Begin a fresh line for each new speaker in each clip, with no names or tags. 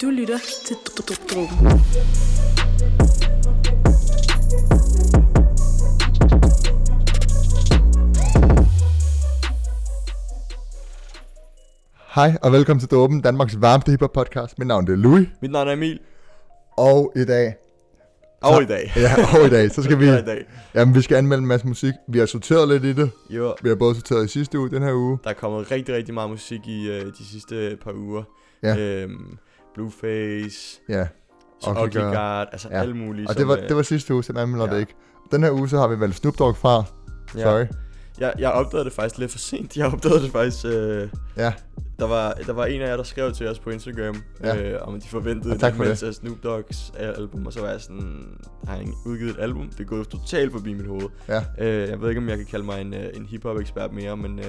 Du lytter til Dråben.
Hej og velkommen til Dåben, Danmarks varmeste hiphop podcast. Mit navn det er Louis,
Mit navn er Emil,
og i dag...
og i dag.
Ja, og i dag, så skal vi...
Og i dag.
Jamen, vi skal anmelde en masse musik. Vi har sorteret lidt i det.
Jo,
Vi har både sorteret i sidste uge, den her uge.
der er kommet rigtig, rigtig meget musik i øh, de sidste par uger.
Ja.
Øhm, Blueface,
Ja,
så
Ugly
Ugly
Guard.
Guard, altså
Ja.
alle mulige.
og
som,
det var,
øh,
det var sidste uge, så den anmelder
ja.
det ikke. Den her uge, så har vi valgt Snoop Dogg fra.
ja.
Sorry.
Jeg, jeg opdagede det faktisk lidt for sent. Jeg opdagede det faktisk... Øh,
Ja.
der, var, der var en af jer, der skrev til os på Instagram,
Ja.
øh, om de forventede
Og tak for det.
anmeldelse af Snoop Dogg's al- album. Og så var jeg sådan, har han udgivet et album? Det er gået totalt forbi mit hoved.
Ja,
Øh, jeg ved ikke, om jeg kan kalde mig en, øh, en hip-hop-ekspert mere, men... Øh,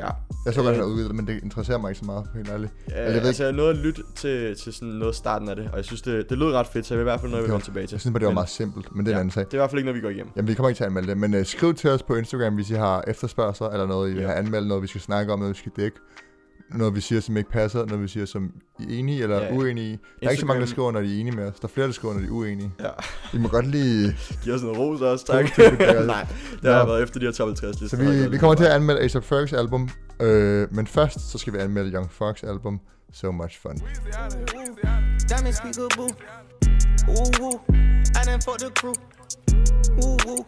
ja,
jeg så godt,
Øh.
han har udgivet det, men det interesserer mig ikke så meget, helt ærligt.
Ja,
Eller jeg
jeg
ved
altså, jeg nåede at lytte til, til sådan noget af starten af det, og jeg synes, det, det lød ret fedt, så jeg vil i hvert fald noget, jeg vil
Det var-
vende tilbage til.
Jeg synes bare, det var
Men
meget simpelt, men det er en anden sag.
Det er i hvert fald ikke noget, vi går igennem.
Jamen, vi kommer ikke til at anmelde det, men øh, skriv til os på Instagram, hvis I har efterspørgsler eller noget, I vil
Ja.
have anmeldt, noget vi skal snakke om, noget vi skal dække. Noget vi siger, som ikke passer, noget vi siger, som I er enige eller
Ja,
ja,
ja.
uenige i. Der er ikke så mange, der
Instagram-
skriver, når de er enige med os. Der er flere, der skriver, når de er uenige.
Ja.
I må godt lige...
Giv os noget ros også, tak.
Positiv feedback.
Nej, det har
Nå.
været efter de her top 50 lister.
Så vi, vi kommer til at anmelde A$AP Fergs album, øh, men først så skal vi anmelde Young Fox album, So Much Fun.
Diamond speaker boo. Ooh woo. I done fucked the crew. Ooh woo.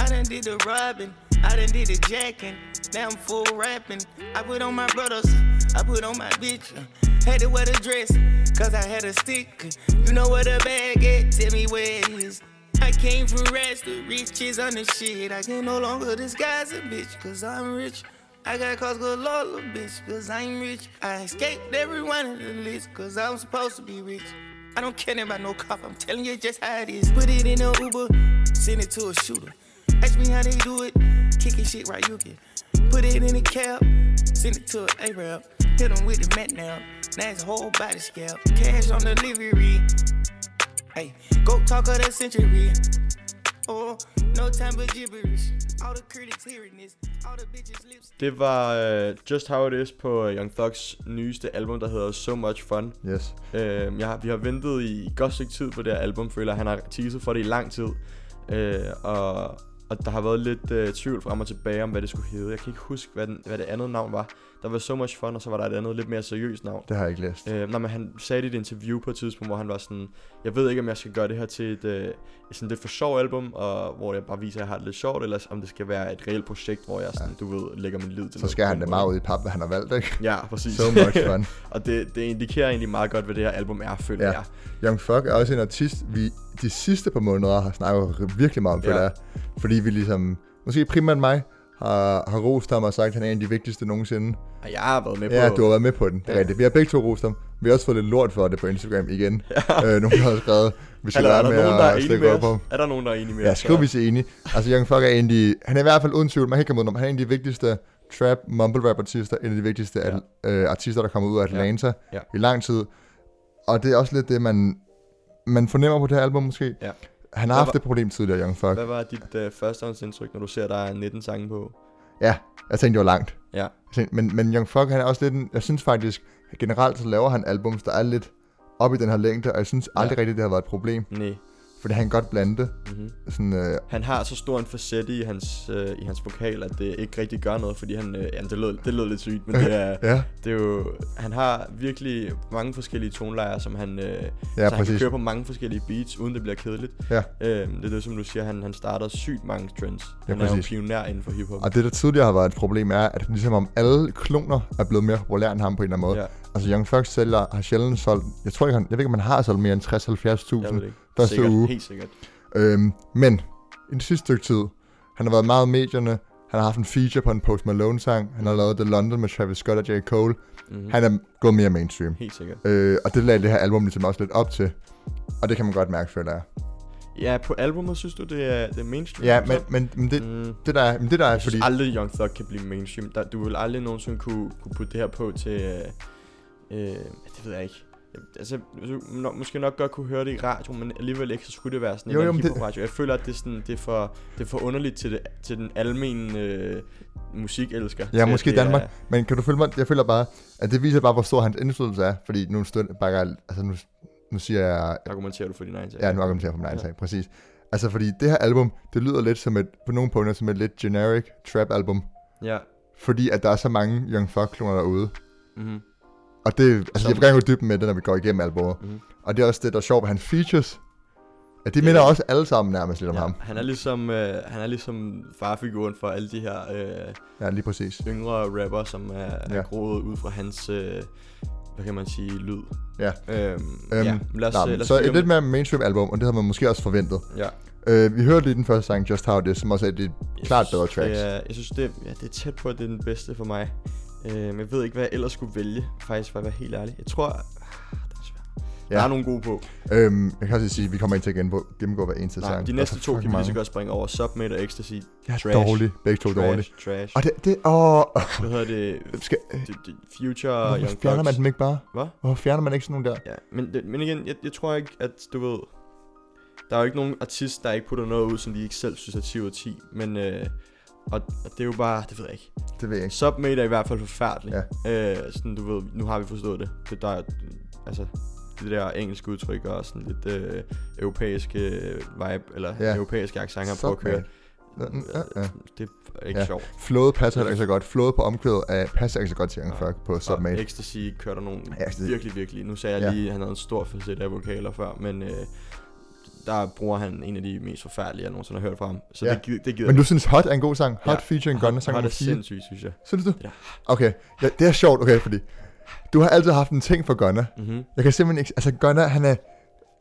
I done did the robbing. I done did the jacking. Now I'm full rapping. I put on my brothers. I put on my bitch. Had to wear the dress. Cause I had a stick. You know where the bag at? Tell me where it is. I came from rest, the riches on the shit. I can no longer disguise a bitch, cause I'm rich. I got cause good lord, little bitch, cause I'm rich. I escaped every one of the list, cause I'm supposed to be rich. I don't care about no cop, I'm telling you just how it is. Put it in a Uber, send it to a shooter. Ask me how they do it, kicking shit right you can. Put it in a cab, send it to an A-Rap. Hit him with the mat now, now his whole body scalp. Cash on delivery, Hey, go talk of that century. Oh, no time but gibberish. All the critics hearing this. All the bitches lips.
Det var øh, Just How It Is på øh, Young Thugs nyeste album, der hedder So Much Fun.
Yes.
Øh, jeg har, vi har ventet i godt stykke tid på det her album, føler jeg. Han har teaset for det i lang tid. Øh, og, og der har været lidt øh, tvivl frem og tilbage om, hvad det skulle hedde. Jeg kan ikke huske, hvad, den, hvad det andet navn var. Der var So Much Fun, og så var der et andet lidt mere seriøst navn.
Det har jeg ikke læst.
Øh, nej, men han sagde det i et interview på et tidspunkt, hvor han var sådan, jeg ved ikke, om jeg skal gøre det her til et, øh, sådan lidt for sjov album, og hvor jeg bare viser, at jeg har det lidt sjovt, eller om det skal være et reelt projekt, hvor jeg sådan, ja. du ved, lægger min lid til
Så
noget
skal han det
på
meget
en måde."
ud i pap, hvad han har valgt, ikke?
Ja, præcis.
So much fun.
og det, det indikerer egentlig meget godt, hvad det her album er, føler
Ja.
ja. jeg.
Young Fuck er også en artist, vi de sidste par måneder har snakket virkelig meget om,
Ja.
ja. er, fordi vi ligesom, måske primært mig, har, har rost ham og sagt, at han er en af de vigtigste nogensinde.
Og jeg har været med
Ja,
på...
du har været med på den. Det er
Ja.
rigtigt. Vi har begge to rost ham. Vi har også fået lidt lort for det på Instagram igen. Ja. Øh, nogen har også skrevet, vi skal
Eller er
være
der
med
nogen, der er
at
enige
stikke
med
op på ham.
os? Er der nogen, der er enige med
Ja,
os?
skriv hvis I er enige. Altså, Young Fuck er egentlig, han er i hvert fald uden tvivl, man kan ikke komme udenom, han er en af de vigtigste trap, mumble rap artister, en af de vigtigste ja. øh, artister, der kommer ud af Atlanta
Ja.
i lang tid. Og det er også lidt det, man, man fornemmer på det her album måske.
Ja.
Han har
Hvad
haft
var-
et problem tidligere, Young Fuck.
Hvad var dit øh, førstehåndsindtryk, når du ser, der er 19 sange på?
Ja, jeg tænkte, det var langt.
Ja,
Jeg tænkte, Men, men Young Fuck, han er også lidt en, jeg synes faktisk, generelt så laver han albums, der er lidt op i den her længde, og jeg synes aldrig rigtigt, det har været et problem,
nej.
fordi han kan godt blande det.
Mm-hmm.
Sådan, øh,
Han har så stor en facet i hans, øh, i hans vokal, at det ikke rigtig gør noget, fordi han... Øh, jamen, det lød, det lød lidt sygt, men det er,
ja,
det er jo... Han har virkelig mange forskellige tonelejer, som han... Øh,
ja,
så han kan
præcis.
køre på mange forskellige beats, uden det bliver kedeligt.
Ja.
Øh, det er det, som du siger, han, han starter sygt mange trends.
Ja,
han er jo en
præcis.
pioner inden for hiphop.
Og det, der tidligere har været et problem, er, at ligesom om alle kloner er blevet mere populære end ham på en eller anden måde.
Ja.
Ja. Altså, Young Fox sælger, har sjældent solgt, jeg tror ikke, han, jeg ved ikke, om han har solgt mere end
Jeg ved det
60-70.000
ikke.
første
sikkert,
uge.
Helt sikkert.
Øhm, men, i det sidste stykke tid, han har været meget i medierne, han har haft en feature på en Post Malone-sang, han har lavet The London med Travis Scott og J. Cole.
Mm. Mhm.
Mm-hmm. Han er gået mere mainstream.
Helt sikkert.
Øh, og det lagde det her album ligesom også lidt op til. Og det kan man godt mærke, føler jeg.
Ja, på albumet synes du, det er, det er mainstream?
Ja,
så?
men, men, men det,
Mm.
det der er, men det der er
Jeg
fordi...
synes aldrig, Young Thug kan blive mainstream. Der, du vil aldrig nogensinde kunne, kunne putte det her på til... Øh, øh, det ved jeg ikke. altså, hvis du nok, måske nok godt kunne høre det i radio, men alligevel ikke, så skulle det være sådan
Jo,
en
jo, men det-
hiphop radio. Jeg føler, at det er, sådan, det er, for, det er for underligt til, det, til den almene øh, musikelsker. til,
Ja,
at
måske i
det er-
Danmark. Men kan du følge mig? Jeg føler bare, at det viser bare, hvor stor hans indflydelse er. Fordi nu, stund, bakker, altså nu, nu siger jeg...
Argumenterer du for din egen sag?
Ja, nu argumenterer jeg for min egen
Ja.
sag, præcis. Altså, fordi det her album, det lyder lidt som et, på nogle punkter, som et lidt generic trap-album.
Ja.
Fordi at der er så mange Young Thug-kloner derude.
Mm-hmm.
Og det, altså,
Som-
jeg vil gerne gå i dybden med det, når vi går igennem albumet.
Mhm.
Mm-hmm. Og det er også det, der er sjovt ved hans features. At de
Det-
minder også alle sammen nærmest lidt om ja. ham.
Han er ligesom, øh, han er ligesom farfiguren for alle de her øh,
Ja, lige præcis.
yngre rapper, som er, er
Ja.
groet ud fra hans, øh, hvad kan man sige, lyd.
Ja.
Øhm,
Øhm,
ja. Lad os,
Nå,
øh, lad
men
os
så
høre
et
om-
lidt mere mainstream album, og det havde man måske også forventet.
Ja.
Øh, vi hørte lige den første sang, Just How It Is, som også er et af de
Jeg
klart
synes,
bedre tracks.
Det er, jeg synes, det, er- ja, det er tæt på, at det er den bedste for mig. Øh, men jeg ved ikke, hvad jeg ellers skulle vælge, faktisk, for at være helt ærlig. Jeg tror, ah, det er svært. Ja.
Ja.
Der er nogle gode på.
Øhm, jeg kan også lige sige, at vi kommer ind til at gennemgå, gennemgå hver eneste
Nej,
sang.
de
Der er
næste
så
to kan
fucking
vi lige så
mange.
godt springe over. Submit og Ecstasy.
Jeg er
Trash.
dårlig. Begge to
Trash,
dårlige.
trash.
Og det, det, åh,
Hvad hedder det?
skal, øh,
det, det Future og
hvorfor
Young
fjerner man
Thugs.
dem ikke bare?
Hvad?
Hvorfor fjerner man ikke sådan nogle der?
Ja, men, det, men igen, jeg, jeg tror ikke, at du ved... Der er jo ikke nogen artist, der ikke putter noget ud, som de ikke selv synes er 10 ud af 10. Men, øh, og, og det er jo bare, det ved jeg ikke.
Det ved jeg ikke.
Submate er i hvert fald forfærdelig. Ja. Øh, sådan, du ved, nu har vi forstået det. Det der, altså, det der engelske udtryk og sådan lidt øh, europæiske vibe, eller
Ja.
ja. europæiske accent, han
Så
prøver at køre.
bad. Ja, ja, ja.
Det er ikke
Ja.
ja. sjovt.
Flowet passer heller ikke så godt. Flowet på omkvædet af, passer ikke så godt til Young
Nej.
Thug på
Og
Submate.
Ecstasy kørte nogle
Ja, altså, det-
virkelig, virkelig. Nu sagde jeg
Ja.
ja. lige, at han havde en stor facet af vokaler før, men øh, der bruger han en af de mest forfærdelige, jeg nogensinde har hørt fra ham. Så
Ja.
ja. det, gi- det gider
Men du
jeg
synes Hot er en god sang? Hot
Ja.
featuring
ikke.
Gunna
Han
sang
har
nummer
det
4?
sindssygt, synes jeg.
Synes du?
Det der.
Okay, ja, det er sjovt, okay, fordi du har altid haft en ting for Gunna.
Mm-hmm.
Jeg kan simpelthen ikke, altså Gunna, han er,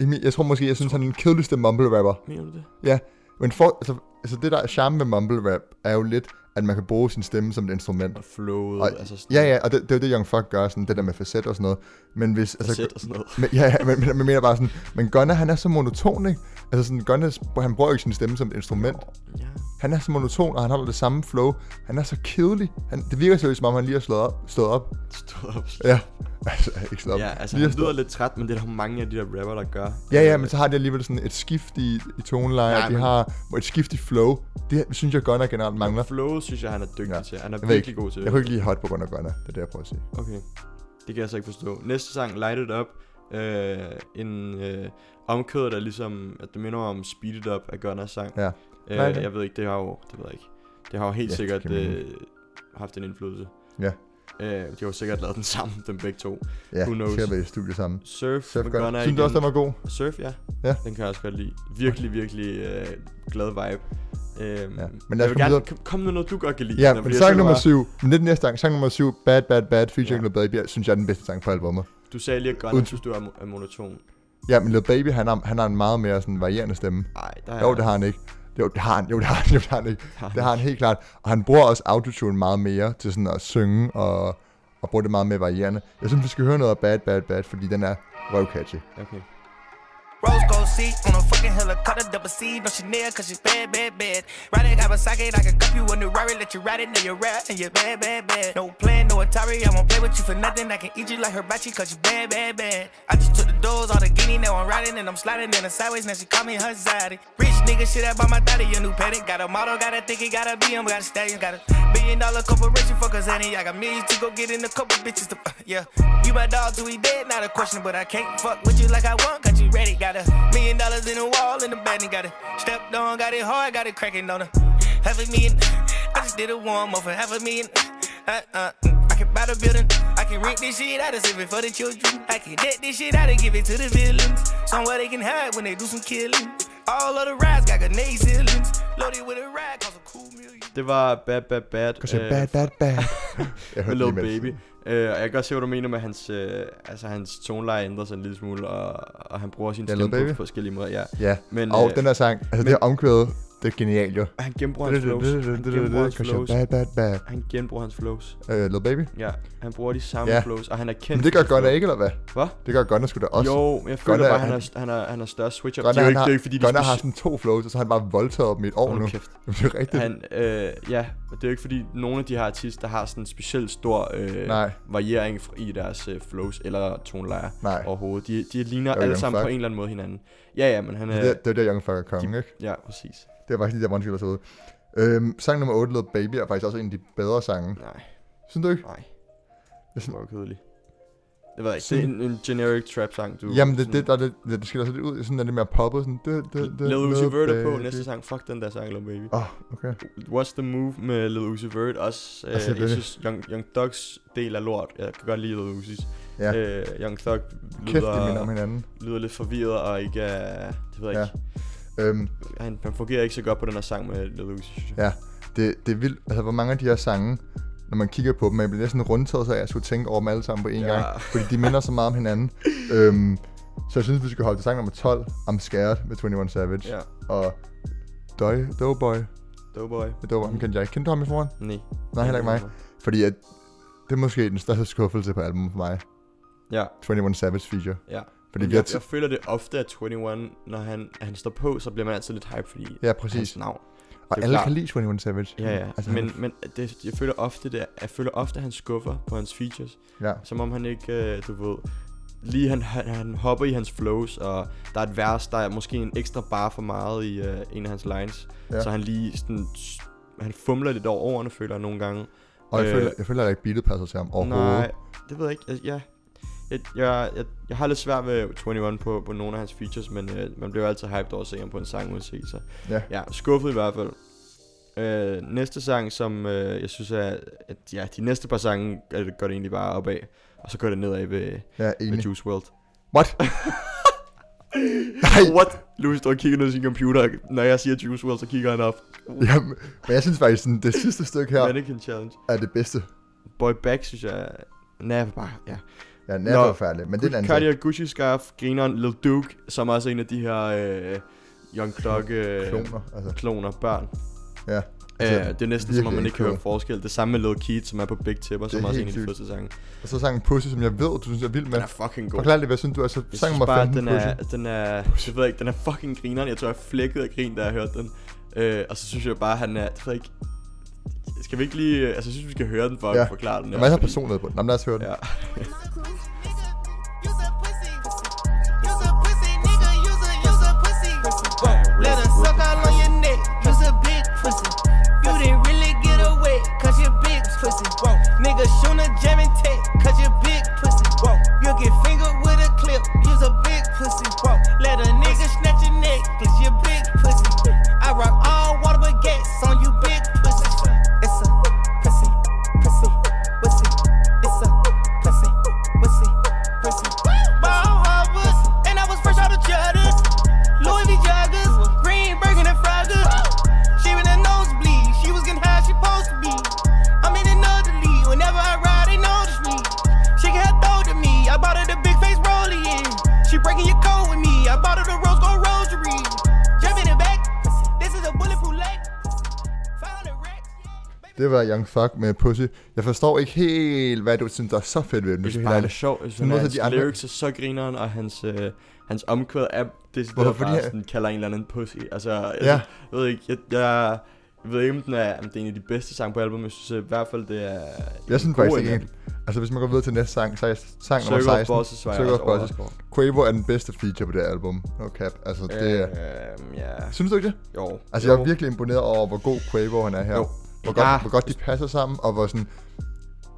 i min- jeg tror måske, jeg synes, han er den kedeligste mumble rapper.
Mener du det?
Men for, altså, altså det der er charme med mumble rap, er jo lidt, at man kan bruge sin stemme som et instrument.
Og flowet,
Og-
altså sådan
Ja, ja, og det, det er jo det, Young Fuck gør, sådan det der med facet og sådan noget. Men hvis,
Altså,
altså,
og sådan noget.
men, ja, ja, men, men, men mener bare sådan, men Gunna, han er så monoton, ikke? Altså sådan, Gunna, han bruger jo ikke sin stemme som et instrument.
Ja.
Han er så monoton, og han holder det samme flow. Han er så kedelig. Han, det virker seriøst, som om han lige har slået op. Stået op.
Stå op.
Ja, altså, ikke slået op.
Ja, altså
lige
han
har
lyder
stået-
lidt træt, men det er der jo mange af de der rapper, der gør.
Ja, ja,
Øh,
men så har de alligevel sådan et skift i, i toneleje,
Nej,
og de
men-
har et skift i flow. Det synes jeg godt nok generelt mangler.
Flowet synes jeg, han er dygtig
Ja.
ja. til. Han er
Jeg ved
virkelig
ikke.
god til
Jeg kunne ikke lige hot på grund af Gunna. Det er det, jeg prøver at sige.
Okay. Det kan jeg så ikke forstå. Næste sang, Light It Up. Øh, en øh, omkød, der ligesom, at det minder om Speed It Up af Gunners sang.
Ja.
Øh,
Nej, det-
jeg ved ikke, det har jo, det ved jeg ikke. Det har jo helt
Ja,
ja,
det
sikkert
giver mening.
øh, haft en indflydelse.
Ja.
Øh, de har jo sikkert lavet den sammen, dem begge to.
Ja,
Who
Who
knows?
skal være i studiet sammen.
Surf,
Surf
med
Gunna.
Gunner
Synes du også,
igen.
den var god?
Surf, ja.
Ja.
Den kan jeg også godt lide. Virkelig, virkelig øh, glad vibe. Øhm,
Ja,
ja.
men
Men
lad os
jeg vil
komme
gerne,
videre.
kom- kom nu noget, du godt kan lide.
Ja,
Anna,
men
fordi jeg
sang
føler
nummer
bare-
7. Men det er den næste sang. Sang nummer 7, Bad Bad Bad, featuring
Ja.
Lil Baby, er- synes jeg er den bedste sang på albumet.
Du sagde lige, at Gunner
Uden-
synes, du er, mo- er monoton.
Ja, men Lil Baby, han har, han har en meget mere sådan varierende stemme.
Nej, der er
Jo, det har han ikke. Jo, det har han, jo, det har han, jo, det har han ikke. Det har han helt klart. Og han bruger også autotune meget mere til sådan at synge og, og bruger det meget mere varierende. Jeg synes, vi skal høre noget af Bad Bad Bad, fordi den er røvcatchy.
Okay.
Rose gold seat on a fucking helicopter, double C, no Chanel, cause she's bad, bad, bad. Riding Kawasaki, I can cup you in the Rari, let you ride it, now you're rat, and you're bad, bad, bad. No plan, no Atari, I won't play with you for nothing, I can eat you like hibachi, cause you bad, bad, bad. I just took the doors, all the guinea, now I'm riding, and I'm sliding in the sideways, now she call me her zaddy. Rich nigga, shit out by my thotty, your new paddock, got a model, got a thicky, got a BM, got a stallion, got a billion dollar corporation, fuck us, honey, I got millions to go get in a couple bitches to, yeah. You my dog, do we dead? Not a question, but I can't fuck with you like I want, cause you ready. Got a million dollars in the wall in the bed and got it stepped on, got it hard, got it cracking on her. Half a million, I just did a warm up for half a million. Uh, uh, mm. I can buy the building, I can rent this shit out and save it for the children. I can debt this shit out and give it to the villains. Somewhere they can hide when they do some killing. All of the rides got grenade ceilings. Loaded with a ride, cost a cool million.
Det var Bad Bad Bad.
Kan øh, Bad Bad Bad. jeg
Med
det
Little
lige imens.
Baby. Øh, og jeg kan godt se, hvad du mener med, at hans, øh, altså, hans toneleje ændrer sig en lille smule, og, og han bruger sin
Ja, Lil
stemme
Baby.
på forskellige måder. Ja.
Ja,
Men,
og
øh,
den der sang, altså men, det her omkvæde, Det er genialt jo.
Han genbruger hans flows. Han genbruger hans flows.
Bad, bad, bad.
Han genbruger hans flows.
Øh, Lil Baby.
Ja, han bruger de samme
Ja.
flows, og han er kendt.
Men det
for
gør
de
Gunna
flows.
ikke, eller hvad?
Hvad?
Det gør Gunna sgu da også.
Jo, jeg
Gunna
føler bare,
er-
han er, han er, han er større switch-up.
Gunna,
Det er jo
han
ikke,
har,
det er ikke fordi, de
Gunna
speci-
har sådan to flows, og så har han bare voldtaget dem i et år
Hold
nu.
kæft.
Jamen, det er rigtigt.
Han, øh, ja, det er jo ikke fordi, nogle af de her artister, der har sådan en speciel stor øh,
Nej.
variering fr- i deres øh, flows eller tonelejer
Nej.
overhovedet. De, de ligner
Det er jo
alle
Young
sammen
Thug.
på en eller anden måde hinanden. Ja, ja, men han er...
Det, er- det er der Young Fucker Kong, ikke?
Ja, præcis.
Det er faktisk lige der, hvor han skiller sig ud. Øhm, sang nummer 8, Lil Baby, er faktisk også en af de bedre sange.
Nej,
Synes du ikke?
nej.
Jeg
Det
synes-
var jo kedeligt. Det ved jeg ikke. Det er en, en generic trap-sang, du...
Jamen, det, det, der, er lidt- det, det skiller sig lidt ud. Sådan er det mere poppet. Sådan, det, det, det,
Lil Uzi Vert er på
Baby.
næste sang. Fuck den der sang, Lil Baby.
Åh, oh, okay.
What's the move med Lil Uzi Vert? Også, øh,
Altså,
jeg
det-
synes, Young, Young Thugs del er lort. Jeg kan godt lide Lil Uzi's.
Ja.
Øh, Young Thug
Kæft, de minder om
lyder,
hinanden.
lyder lidt forvirret og ikke er... Det ved jeg
Ja.
ikke.
Øhm,
Han, han fungerer ikke så godt på den her sang med Lil Uzi, synes jeg.
Ja. det, det er vildt, altså hvor mange af de her sange, når man kigger på dem, man bliver næsten rundtaget, så jeg skulle tænke over dem alle sammen på én
Ja.
ja. gang, fordi de minder så meget om hinanden. øhm, så jeg synes, vi skal hoppe til sang nummer 12, I'm Scared med 21 Savage,
Ja.
og Døj, Doughboy,
Doughboy.
med Doughboy, ham kendte jeg ikke. Kendte du ham i forhånd?
Nej.
Nej, heller ikke mig. Fordi at, det er måske den største skuffelse på albumet for mig,
Ja,
21 Savage feature.
ja.
Fordi vi har
jeg,
t-
jeg, føler det ofte, at 21, når han, han står på, så bliver man altid lidt hype, fordi
Ja,
hans
præcis.
navn.
Og
Altså, det er
alle
klart.
kan lide 21 Savage.
Ja, ja.
Altså,
Altså, men men det, jeg føler ofte, det, er- jeg føler ofte, at han skuffer på hans features.
ja.
Som om han ikke, øh, du ved... Lige han, han, han hopper i hans flows, og der er et vers, der er måske en ekstra bar for meget i øh, en af hans lines.
Ja.
Ja. Så han lige sådan... Han fumler lidt over ordene, føler jeg nogle gange.
Og jeg,
Øh,
føler, jeg føler heller ikke, beatet passer til ham overhovedet.
Nej, det ved jeg ikke. Jeg, jeg, jeg, jeg, jeg, jeg har lidt svært ved 21 på, på nogle af hans features, men øh, man bliver jo altid hyped over at se ham på en sang uanset. Så
Ja.
ja, skuffet i hvert fald. Øh, næste sang, som øh, jeg synes er, at ja, de næste par sange øh, går det egentlig bare opad, og så går det nedad ved,
Ja,
ved
enig.
Juice WRLD.
What? Nej,
What? Louis står og kigger ned i sin computer, når jeg siger Juice WRLD, så kigger han op.
Jamen, men jeg synes faktisk, sådan, det sidste stykke her
Ja. Mannequin Challenge.
er det bedste.
Boy Back, synes jeg, er- nej, bare, ja.
Ja, den
Nå,
er forfærdelig, men det er en anden
Cardi
sag.
og Gucci scarf, grineren Lil Duke, som også er en af de her øh, Young Thug øh,
Kloner, altså.
kloner, børn.
Ja.
Øh, det er næsten som om
virkelig
man ikke kan høre
indkodet.
forskel. Det samme med Lil Keat, som er på Big Tipper, som
er
også er en af
helt
de
sygt.
fedeste sange.
Og så sangen Pussy, som jeg ved, du synes er vild med.
Den er fucking god.
Forklar lige, hvad synes du? Altså,
Jeg
sang
synes
nummer
bare, at
15,
den
Pussy.
er, den er, jeg ved ikke, den er fucking grineren. Jeg tror, jeg flækkede af grin, da jeg hørte den. Øh, og så synes jeg bare, at han er, det ved jeg ikke, skal vi ikke lige, altså jeg synes, vi skal høre den for
Ja.
at forklare den.
Der
her,
er masser af
fordi-
personlighed på den. Jamen, lad os høre den.
Ja.
Use a pussy. Use a pussy, nigga. Use a, use a pussy. Let her suck all on your neck. Use a big pussy. You didn't really get away, cause you big pussy. Nigga, shoot a jam and take, cause you big pussy. You get fingered with a clip. Use a big pussy. Let a nigga snatch your neck, cause you big pussy. I rock all water but gas on you, big pussy. It's a pussy, pussy, pussy. It's a pussy, pussy, pussy. Ball hoppers, and I was fresh out of Cheddar's. Louis V. Joggers, Greenberg and Frogger. She was in nosebleed, she was getting how she supposed to be. I'm in another league, whenever I ride, they notice me. She can have throw to me, I bought her the big face rollie in. She breaking your code with me, I bought her the rose gold rosary. Jump in the back, this is a bulletproof lake. 500 racks.
Det var Young Thug med Pussy. Jeg forstår ikke helt, hvad du synes, der er så fedt ved den.
Jeg
hvis
synes
jeg helt
bare, han er
ærlig.
sjov. Jeg synes,
Men
han
hvorfor
er, hans
de andre-
lyrics er så grineren, og hans, øh, hans omkvæd er det
Hvorfor?
bare
Fordi han-
sådan, kalder en eller anden pussy. Altså, jeg,
Ja.
jeg ved ikke, jeg, jeg, jeg ved ikke, om den er, om det er en af de bedste sange på albumet. Jeg synes øh, i hvert fald, det er
Jeg synes faktisk ikke
en.
helt. Altså, hvis man går videre til næste sang, så er sang nummer
Circle of
16.
Bosses var jeg
Circle
også
of Bosses.
overrasket over.
Quavo er den bedste feature på det her album. No cap. Altså, det er...
Øh, ja,
Synes du ikke det?
jo.
Altså,
jo.
jeg er virkelig imponeret over, hvor god Quavo han er her.
Jo.
Hvor, godt,
Ja.
hvor godt de passer sammen, og hvor sådan...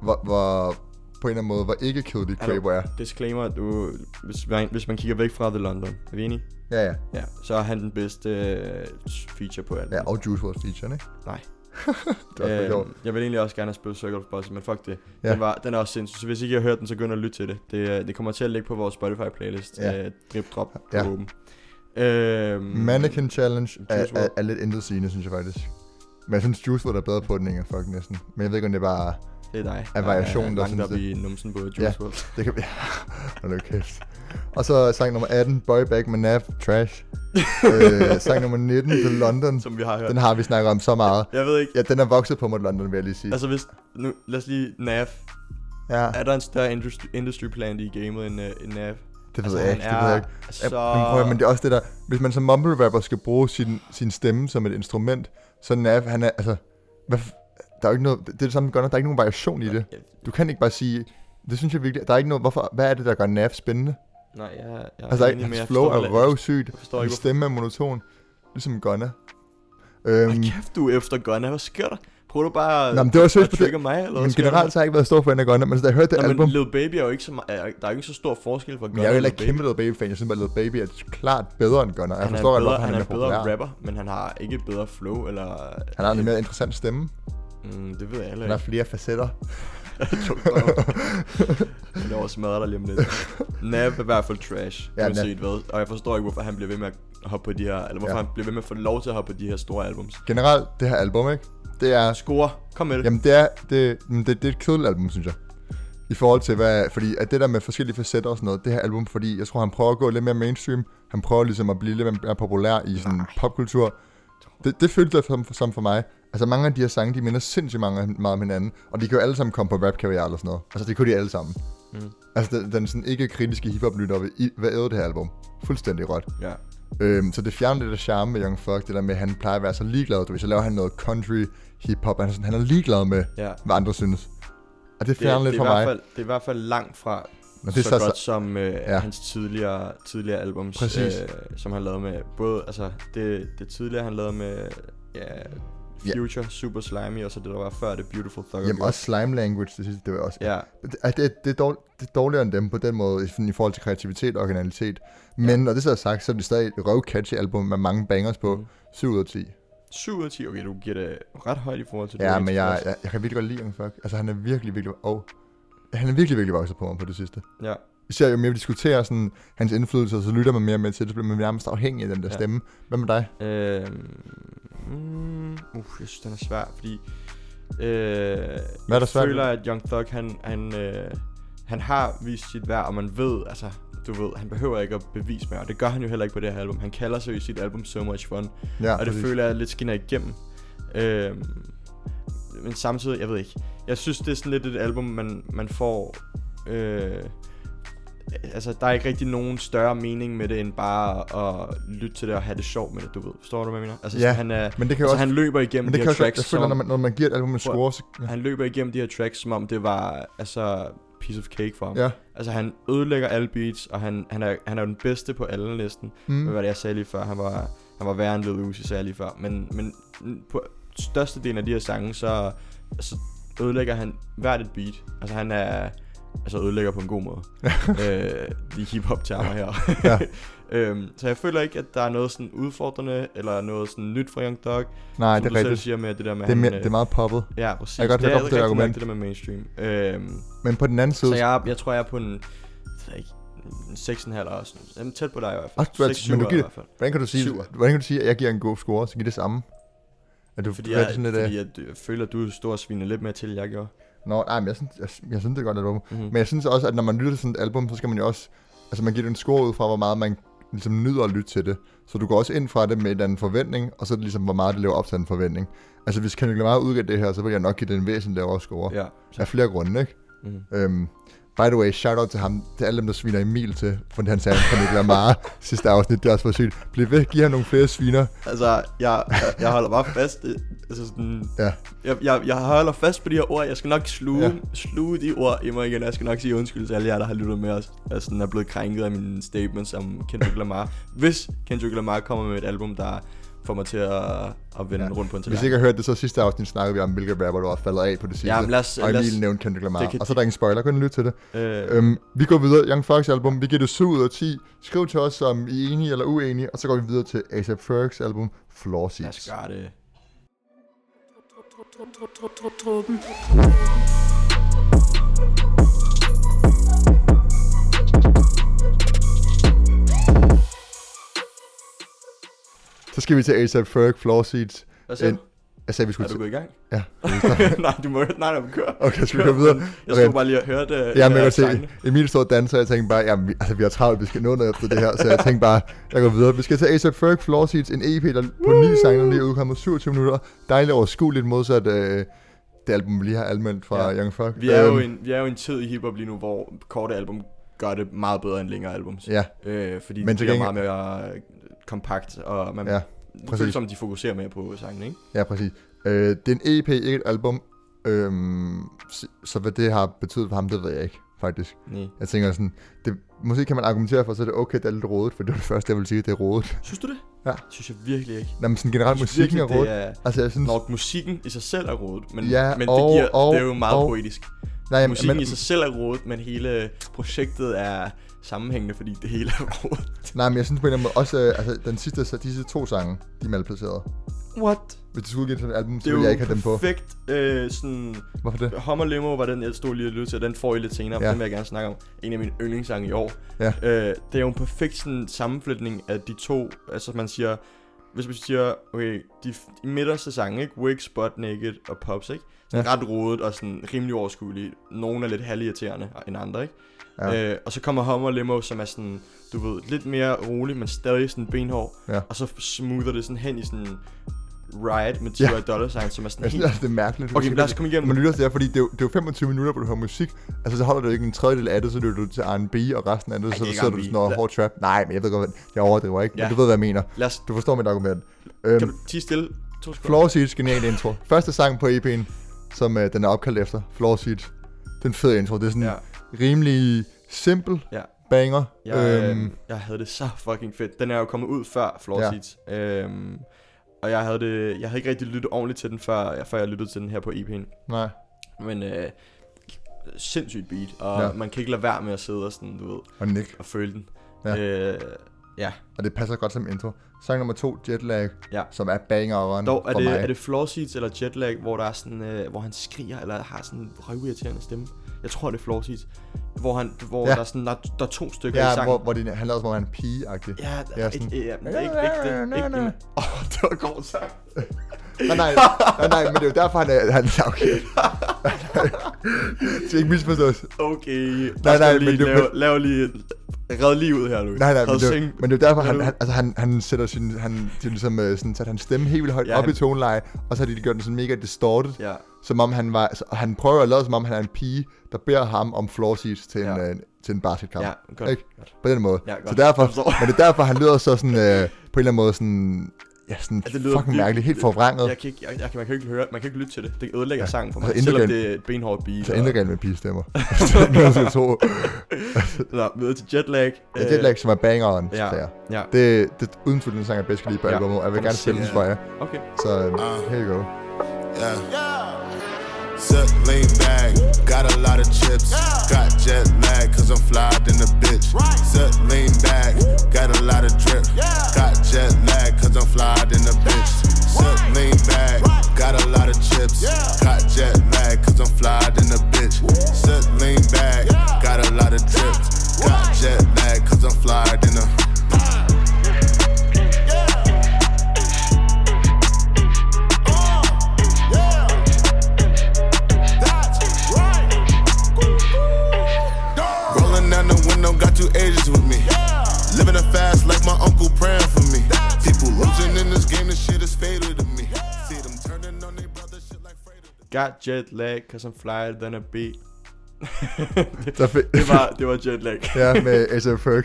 Hvor, hvor på en eller anden måde, hvor ikke kedelig
Hallo.
Quavo er.
Disclaimer, du, hvis, man, hvis man kigger væk fra The London, er vi enige?
Ja, ja.
Ja, så er han den bedste øh, feature på albumet.
Ja, og Juice WRLD featuren, ikke?
Nej.
Det var øh,
Øhm, jeg vil egentlig også gerne have spillet Circle of Bosses, men fuck det.
Ja.
Ja. Den, var, den er også sindssyg, så hvis ikke I har hørt den, så gå ind og lyt til det. det. øh, Det kommer til at ligge på vores Spotify-playlist.
Ja.
Ja. Øh, drip Drop på
Ja.
ja. åben. Øhm,
Mannequin Challenge er,
Juice
er,
WRLD.
er lidt intetsigende, synes jeg faktisk. Men jeg synes, Juice WRLD er bedre på den, end jeg fucking næsten. Men jeg ved ikke, om det er bare
Det er dig.
Af variation,
der
der
langt
synes
op i numsen på Juice
Ja.
WRLD.
Det kan vi... Hold nu kæft. Og så sang nummer 18, Boy Back med Nav, Trash. øh, sang nummer 19, The London.
Som vi har hørt.
Den har vi snakket om så meget.
Jeg ved ikke.
Ja, den er vokset på mig, London, vil jeg lige sige.
Altså hvis, nu, lad os lige, NAV.
Ja,
Er der en større industry, industry plan i gamet end, uh, end NAV?
det ved
altså,
jeg
han
ikke. Det ved jeg
er
ikke.
så-
Så... Men, prøv, at høre, men det er også det der, hvis man som mumble rapper skal bruge sin, sin stemme som et instrument, så Nav, han er, altså, hvad, f- der er jo ikke noget, det er det samme med Gunner, der er ikke nogen variation i det. Du kan ikke bare sige, det synes jeg virkelig, der er ikke noget, hvorfor, hvad er det, der gør Nav spændende?
Nej, jeg, jeg
Altså,
er
der er,
enig, men jeg
hans flow
forstår
er
heller-
røvsygt,
Jeg forstår
hans
ikke,
stemme er monoton, ligesom Gunner. Øhm,
Ej, kæft, du er efter Gunna. Hvad sker der? Prøver du bare
Nå, men det var
at-
seriøst
at
på det-
trigge mig? Eller
men generelt så har jeg ikke været stor fan af Gunner, men så da jeg hørte det
Nå,
album,
men Lil Baby er jo ikke så meget, der er jo ikke så stor forskel fra Gunna
men jeg er jo heller
og
ikke
Lil
kæmpe Lil Baby-fan, jeg synes bare, Lil Baby er klart bedre end Gunner. Jeg
han
forstår
er
godt,
en
hvorfor
bedre,
han,
han er en
populær.
bedre rapper, men han har ikke et bedre flow, eller...
Han har en mere interessant stemme,
Mm, det ved jeg heller
han har
ikke.
flere facetter.
Han er over smadret dig lige om lidt. Nav er i hvert fald trash,
Ja,
ja,
Nav.
uanset hvad. Og jeg forstår ikke, hvorfor han bliver ved med at hoppe på de her... Eller hvorfor
Ja.
ja. han bliver ved med at få lov til at hoppe på de her store albums.
Generelt, det her album, ikke? Det er
Score, kom med det.
Jamen, det er, det, men det, det er et kedeligt album, synes jeg. I forhold til, hvad, fordi at det der med forskellige facetter og sådan noget, det her album, fordi jeg tror, han prøver at gå lidt mere mainstream. Han prøver ligesom at blive lidt mere populær i sådan popkultur. Det, det føltes som, som for mig. Altså mange af de her sange, de minder sindssygt mange, meget om hinanden. Og de kan jo alle sammen komme på rap karriere eller sådan noget. Altså det kunne de alle sammen. Mm. Altså den, den sådan ikke kritiske hiphop lytter ved, i- hvad æder det her album. Fuldstændig råt.
Ja.
Øhm, så det fjerner lidt af charme med Young Thug, det der med, at han plejer at være så ligeglad, du ved, så laver han noget country, hip-hop, han er, sådan, han er ligeglad med,
Ja.
hvad andre synes. Og det
Det, det,
fjerner
er
lidt
i
for
hvert
mig.
fald, det er i hvert fald langt fra
Men
det
det
så,
er
så
så-
godt som øh, ja.
Ja.
hans tidligere, tidligere albums,
Præcis.
Øh, som han lavede med både, altså det, det tidligere han lavede med ja, Future, Super Slimy, og så det der var før, det Beautiful Thug
Jamen også slime language, det sidste, det var også.
Ja,
Det, er- det, det, er dårlig, det er dårligere end dem på den måde, i- sådan i forhold til kreativitet og originalitet. Men når det så er sagt, så er det stadig et røvcatchy album med mange bangers på.
Mhm.
7 ud af 10.
7 ud af 10, okay, du giver det ret højt i forhold til
Ja,
Drake,
men jeg,
faktisk.
jeg, jeg kan virkelig godt lide Young Thug. Altså han er virkelig, virkelig... Og han er virkelig, virkelig vokset på mig på det sidste.
Ja,
Især jo mere vi diskuterer sådan, hans indflydelse, og så lytter man mere med til det, så bliver man nærmest afhængig af den der
Ja.
ja. stemme. Hvad med dig?
øhm, mm, uh, jeg synes, den er svær, fordi øh,
Hvad er der
jeg
svært?
føler, at Young Thug, han, han, øh, han har vist sit værd, og man ved, altså, du ved, han behøver ikke at bevise mere, og det gør han jo heller ikke på det her album. Han kalder seriøst sit album So Much Fun,
Ja,
og det
præcis.
føler jeg lidt skinner igennem. Øhm, men samtidig, jeg ved ikke, jeg synes, det er sådan lidt et album, man, man får, øh, altså, der er ikke rigtig nogen større mening med det, end bare at lytte til det og have det sjovt med det, du ved. Forstår du, hvad jeg mener? Altså,
Ja,
sådan, han, er,
men det kan jo
altså,
også-
han løber igennem
Men det
de
kan
her
også,
tracks,
jeg føler, når man, når man giver et album en
Prøv-
score, så... Ja.
han løber igennem de her tracks, som om det var altså piece of cake for ham.
ja.
Altså han ødelægger alle beats, og han, han, er, han er jo den bedste på alle næsten. Mm. Hvad var det, jeg sagde lige før? Han var, han var værre end Lil Uzi, sagde jeg lige før. Men, men på størstedelen af de her sange, så, så ødelægger han hvert et beat. Altså han er... Altså ødelægger på en god måde. øh, de hip-hop termer her.
Ja.
øhm, så jeg føler ikke, at der er noget sådan udfordrende, eller noget sådan nyt fra Young Dog.
Nej,
som
det er
du selv
rigtigt.
siger med det der med,
Det er,
han,
mere,
øh,
det er meget poppet.
Ja, præcis.
Jeg kan godt
det
høre,
er
hvorfor det
rigtig
er
nok
argument.
det der med mainstream. Øhm,
Men på den anden side...
så jeg, jeg tror, jeg er på en, det ved jeg ikke, en 6,5 eller sådan. Jamen, tæt på dig i hvert
Ah,
fald.
du er-
6,
men
7
du
i
giver-
hvert fald.
Hvordan kan, du sige,
Syver.
hvordan kan du sige, at jeg giver en god score, så giver det samme? Er du,
Fordi,
du er
jeg,
det sådan lidt, øh,
fordi jeg, jeg, føler, at du står og sviner lidt mere til, end jeg gjorde.
Nå, nej, men jeg synes, jeg, jeg synes det er et godt album.
Mhm.
Mm-hmm. Men jeg synes også, at når man lytter til sådan et album, så skal man jo også... Altså, man giver det en score ud fra, hvor meget man ligesom nyder at lytte til det. Så du går også ind fra det med en eller anden forventning, og så er det ligesom, hvor meget det lever op til den forventning. Altså, hvis Kendrick Lamar udgav det her, så vil jeg nok give det en væsentlig lavere score.
Ja.
Af flere grunde, ikke?
Mhm.
Øhm, by the way, shout out til ham, til alle dem, der sviner Emil til, fordi han sagde, at Nick Lamar sidste afsnit, det er også for sygt. Bliv ved, giv ham nogle flere sviner.
Altså, jeg, jeg holder bare fast. øh, Altså sådan,
Ja,
jeg, jeg, jeg holder fast på de her ord. Jeg skal nok sluge,
Ja.
ja. sluge de ord i mig igen. Jeg skal nok sige undskyld til alle jer, der har lyttet med os. Jeg sådan er blevet krænket af mine statements om Kendrick Lamar. Hvis Kendrick Lamar kommer med et album, der får mig til at, at vende ja. rundt på en
hvis I
tallerken.
ikke har hørt det, så sidste afsnit snakkede vi om, hvilke rapper du har faldet af på det sidste.
Jamen, lad os-
og
lad os-
Emil nævnte Kendrick
det
Lamar.
kan
Og så er
de-
der ingen spoiler, gå ind og lytte til det.
Øh,
Øhm, vi går videre. Young Fox album, vi giver det 7 ud af 10. Skriv til os, om I er enige eller uenige. Og så går vi videre til A$AP Fergs album, Floor
lad
Seats.
os gøre det.
Truppen.
Så skal vi til A$AP Ferg, Floor Seats.
Hvad siger
En-
du?
Jeg sagde, vi
Er
skulle...
du
til-
gået i gang?
Ja.
nej, du må ikke. Nej, nej, men kør.
Okay, skal vi
Kør.
gå videre?
Jeg skulle
Okay.
bare lige have hørt det.
Jeg er med til, Emil stod og dansede, og jeg tænkte bare, jamen, vi- altså, vi har travlt, vi skal nå noget efter det her, så jeg tænkte bare, jeg går videre. Vi skal til A$AP Ferg, Floor Seats, en EP, der på ni sange, der lige er udkommet 27 minutter. Dejligt overskueligt modsat øh, det album, vi lige har anmeldt fra
Ja.
Young Øhm, Fuck.
Vi er, jo en, vi er jo i en tid i hiphop lige nu, hvor korte album gør det meget bedre end længere album.
Ja,
Øh, fordi
Men
Men
til
det bliver meget mere øh, kompakt, og man
Ja,
ja,
præcis.
føler som, de fokuserer mere på sangen, ikke?
ja, præcis. Øh, det er en EP, ikke et album, øhm, så, så hvad det har betydet for ham, det ved jeg ikke, faktisk.
Nej.
Jeg tænker sådan, det, måske kan man argumentere for, så er det okay, det er lidt rodet, for det var det første, jeg ville sige, det er rodet.
Synes du det?
Ja.
Synes jeg virkelig ikke.
Nå, men sådan generelt
Jeg synes
musikken er
virkelig,
rodet.
det er,
Altså, jeg synes...
Når musikken i sig selv er rodet, men,
Ja,
ja, men
og-
det, giver,
og-
det er jo meget
og-
poetisk.
nej,
Ja,
jamen,
musikken men, i sig selv er rodet, men hele projektet er sammenhængende, fordi det hele er rodet.
Nej, men jeg synes på en eller anden måde også, øh, altså den sidste, så disse to sange, de er malplaceret.
What?
Hvis du skulle udgive sådan et album, så
Det er
ville jeg
jo
ikke have dem på.
perfekt øh, sådan
Hvorfor det?
Hummer Limo var den, jeg stod lige og lyttede til. Den får I lidt senere,
Ja.
ja. den vil jeg gerne snakke om. En af mine yndlingssange i år.
Ja.
Øh, det er jo en perfekt sådan, sammenflytning af de to. Altså man siger, hvis man siger, okay, de, f- de midterste sange, ikke? Wig, Spot, Naked og Pops, ikke? Sådan
Ja.
ja. ret rodet og sådan rimelig overskuelige. Nogle er lidt halvirriterende end andre, ikke?
Ja.
Ja. Øh, og så kommer Hummer Limo, som er sådan, du ved, lidt mere rolig, men stadig sådan benhård.
Ja.
Og så smoother det sådan hen i sådan Riot med 10
Ja.
ja. dollar sang, som er sådan
Jeg synes
helt...
altså, det er mærkeligt.
Okay, men lad os komme igennem.
Man lytter til det her, fordi det er, jo, det er jo 25 minutter, hvor du hører musik. Altså, så holder du ikke en tredjedel af det, så lytter du til R&B, og resten af det, så
det er ikke
sidder du
R&B.
sådan noget
Lad-
hård trap. Nej, men jeg ved godt, hvad- jeg overdriver ikke, men
Ja.
du ved, hvad jeg mener.
Lad os
Du forstår mit argument. Øhm,
Kan du tige stille? To sekunder.
Floor Seats, genial intro. Første sang på EP'en, som øh, den er opkaldt efter, Floor Seats. Den fede intro, det er sådan
Ja.
ja. rimelig simpel
Ja.
banger.
Jeg, øhm. jeg havde det så fucking fedt. Den er jo kommet ud før Floor
Ja.
ja. Seats. Øhm, og jeg havde, det, jeg havde ikke rigtig lyttet ordentligt til den, før, ja, før jeg lyttede til den her på EP'en.
nej.
Men øh, sindssygt beat, og
Ja.
ja. man kan ikke lade være med at sidde og, sådan, du ved,
Og Nick.
og føle den.
Ja. Mm,
Ja. Øh, ja.
Og det passer godt som intro. Sang nummer to, Jetlag,
Ja.
som er bangeren
Dog, er
for
det,
mig.
er det Floor Seats eller Jetlag, hvor, der er sådan, øh, hvor han skriger, eller har sådan en røvirriterende stemme? Jeg tror, det er Floor Seats. Hvor, han, hvor
Ja.
ja. der, er sådan, der, er- der er to stykker i
ja,
sangen.
hvor, hvor det, han lader som om, han er pige-agtig.
Ja,
Ja,
ja,
sådan-
ikke, ja, men ikke, ikke det. Ikke det. Åh, oh, det var god sang.
Nej, nej, nej, nej, men det er jo derfor, han er... Han, er okay. Det skal ikke misforstås.
Okay.
Nej, nej,
Nej, nej, lige,
men det-
lave, lav lige... Red lige ud her, Louis.
Nej, nej, men
Red
det, er jo-
sing.
men det er jo derfor,
Red
han,
ud.
han, altså, han, han sætter sin, han, det er ligesom, øh, sådan, sat hans stemme helt vildt højt
Ja,
op
han-
i toneleje, og så har de gjort den sådan mega distorted,
Ja.
som om han var, altså, og han prøver at lade som om, han er en pige, der beder ham om floor seats til, ja.
Ja.
en, øh, til en basketkamp.
Ja, godt,
Ikke?
godt.
På den måde.
Ja,
så
godt.
derfor,
Jeg forstår.
men det er derfor, han lyder så sådan, øh, på en eller anden måde sådan, ja, sådan
Ja,
ja, fucking mærkeligt, helt forvrænget.
Jeg kan ikke, jeg, jeg, kan- man kan ikke høre, man kan ikke lytte til det. Det ødelægger
Ja,
ja. sangen for mig,
altså,
selvom
indregalt-
det er et benhårdt beat.
Så
og-
ændrer gerne med pigestemmer. det er noget, jeg tror.
Nå, videre til Jetlag.
Ja, Jetlag, som er bangeren,
Øh, Ja,
ja. der.
ja.
Det, det uden tvivl den sang, jeg bedst kan lide på
Ja,
albumet, og jeg vil
den Ah. er
gerne spille den for
sindssyg.
jer.
Okay.
Så øh, here you go.
Yeah. Sip, lean back, got a lot of chips. Got jet lag, cause I'm flyed in the bitch. Sip, lean back, got a lot of drip. Got jet lag, cause I'm flyed in the bitch. Sip, lean back, got a lot of chips. Got jet lag, cause I'm flyed in the bitch. Sip, lean back, got a lot of drip. Got jet lag, cause I'm flyed in the Rolling down the window, got two Asians with me. Living a fast life, my uncle praying for me. People losing in this game, this shit is fatal to me. See them turning on their brother, shit like freighter.
Got Jetlag, cause I'm flyer than a beat.
Så fe-
det, var, det var Jetlag,
ja, med A$AP Ferg.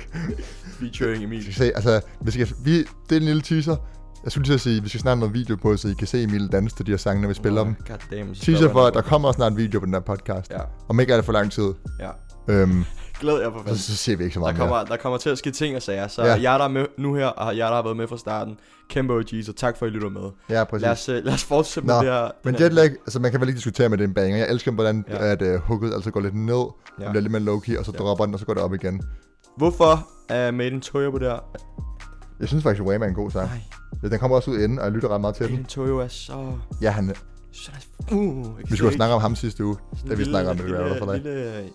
featuring Emil.
Vi skal se, altså, vi skal, vi, det er en lille teaser. Jeg skulle lige til at sige, vi skal snart have noget video på, så I kan se Emil danse til de her sange, når vi spiller dem.
God damn, så
Teaser for,
stopper den.
at der kommer snart en video på den her podcast.
Ja.
Om ikke er det for lang tid,
Ja.
øhm,
Glæd jer for fanden.
så, så ser vi ikke så meget
Der kommer,
mere.
der kommer til at ske ting og sager, så
Ja.
ja. jeg der er med nu her, og jeg der har været med fra starten, kæmpe OG's, og tak for, at I lytter med.
Ja, præcis.
Lad os, øh, lad os fortsætte
Nå,
med det her.
men
den her-
jetlag, altså man kan vel ikke diskutere med den banger. Jeg elsker, hvordan ja.
Ja.
at, uh, hooket altså går lidt ned, ja.
Ja.
bliver lidt mere low-key, og så ja. dropper den, og så går det op igen.
Hvorfor er Made in Toyo på det her?
Jeg synes faktisk, at Wham er en god sang.
Nej.
Ja, den kommer også ud inden, og jeg lytter ret meget til
Made
den.
in Toyo er så...
Ja, han,
så er, uh,
vi skulle have snakket om ham sidste uge, da vi snakkede om det.
lille,
Lille,
lille,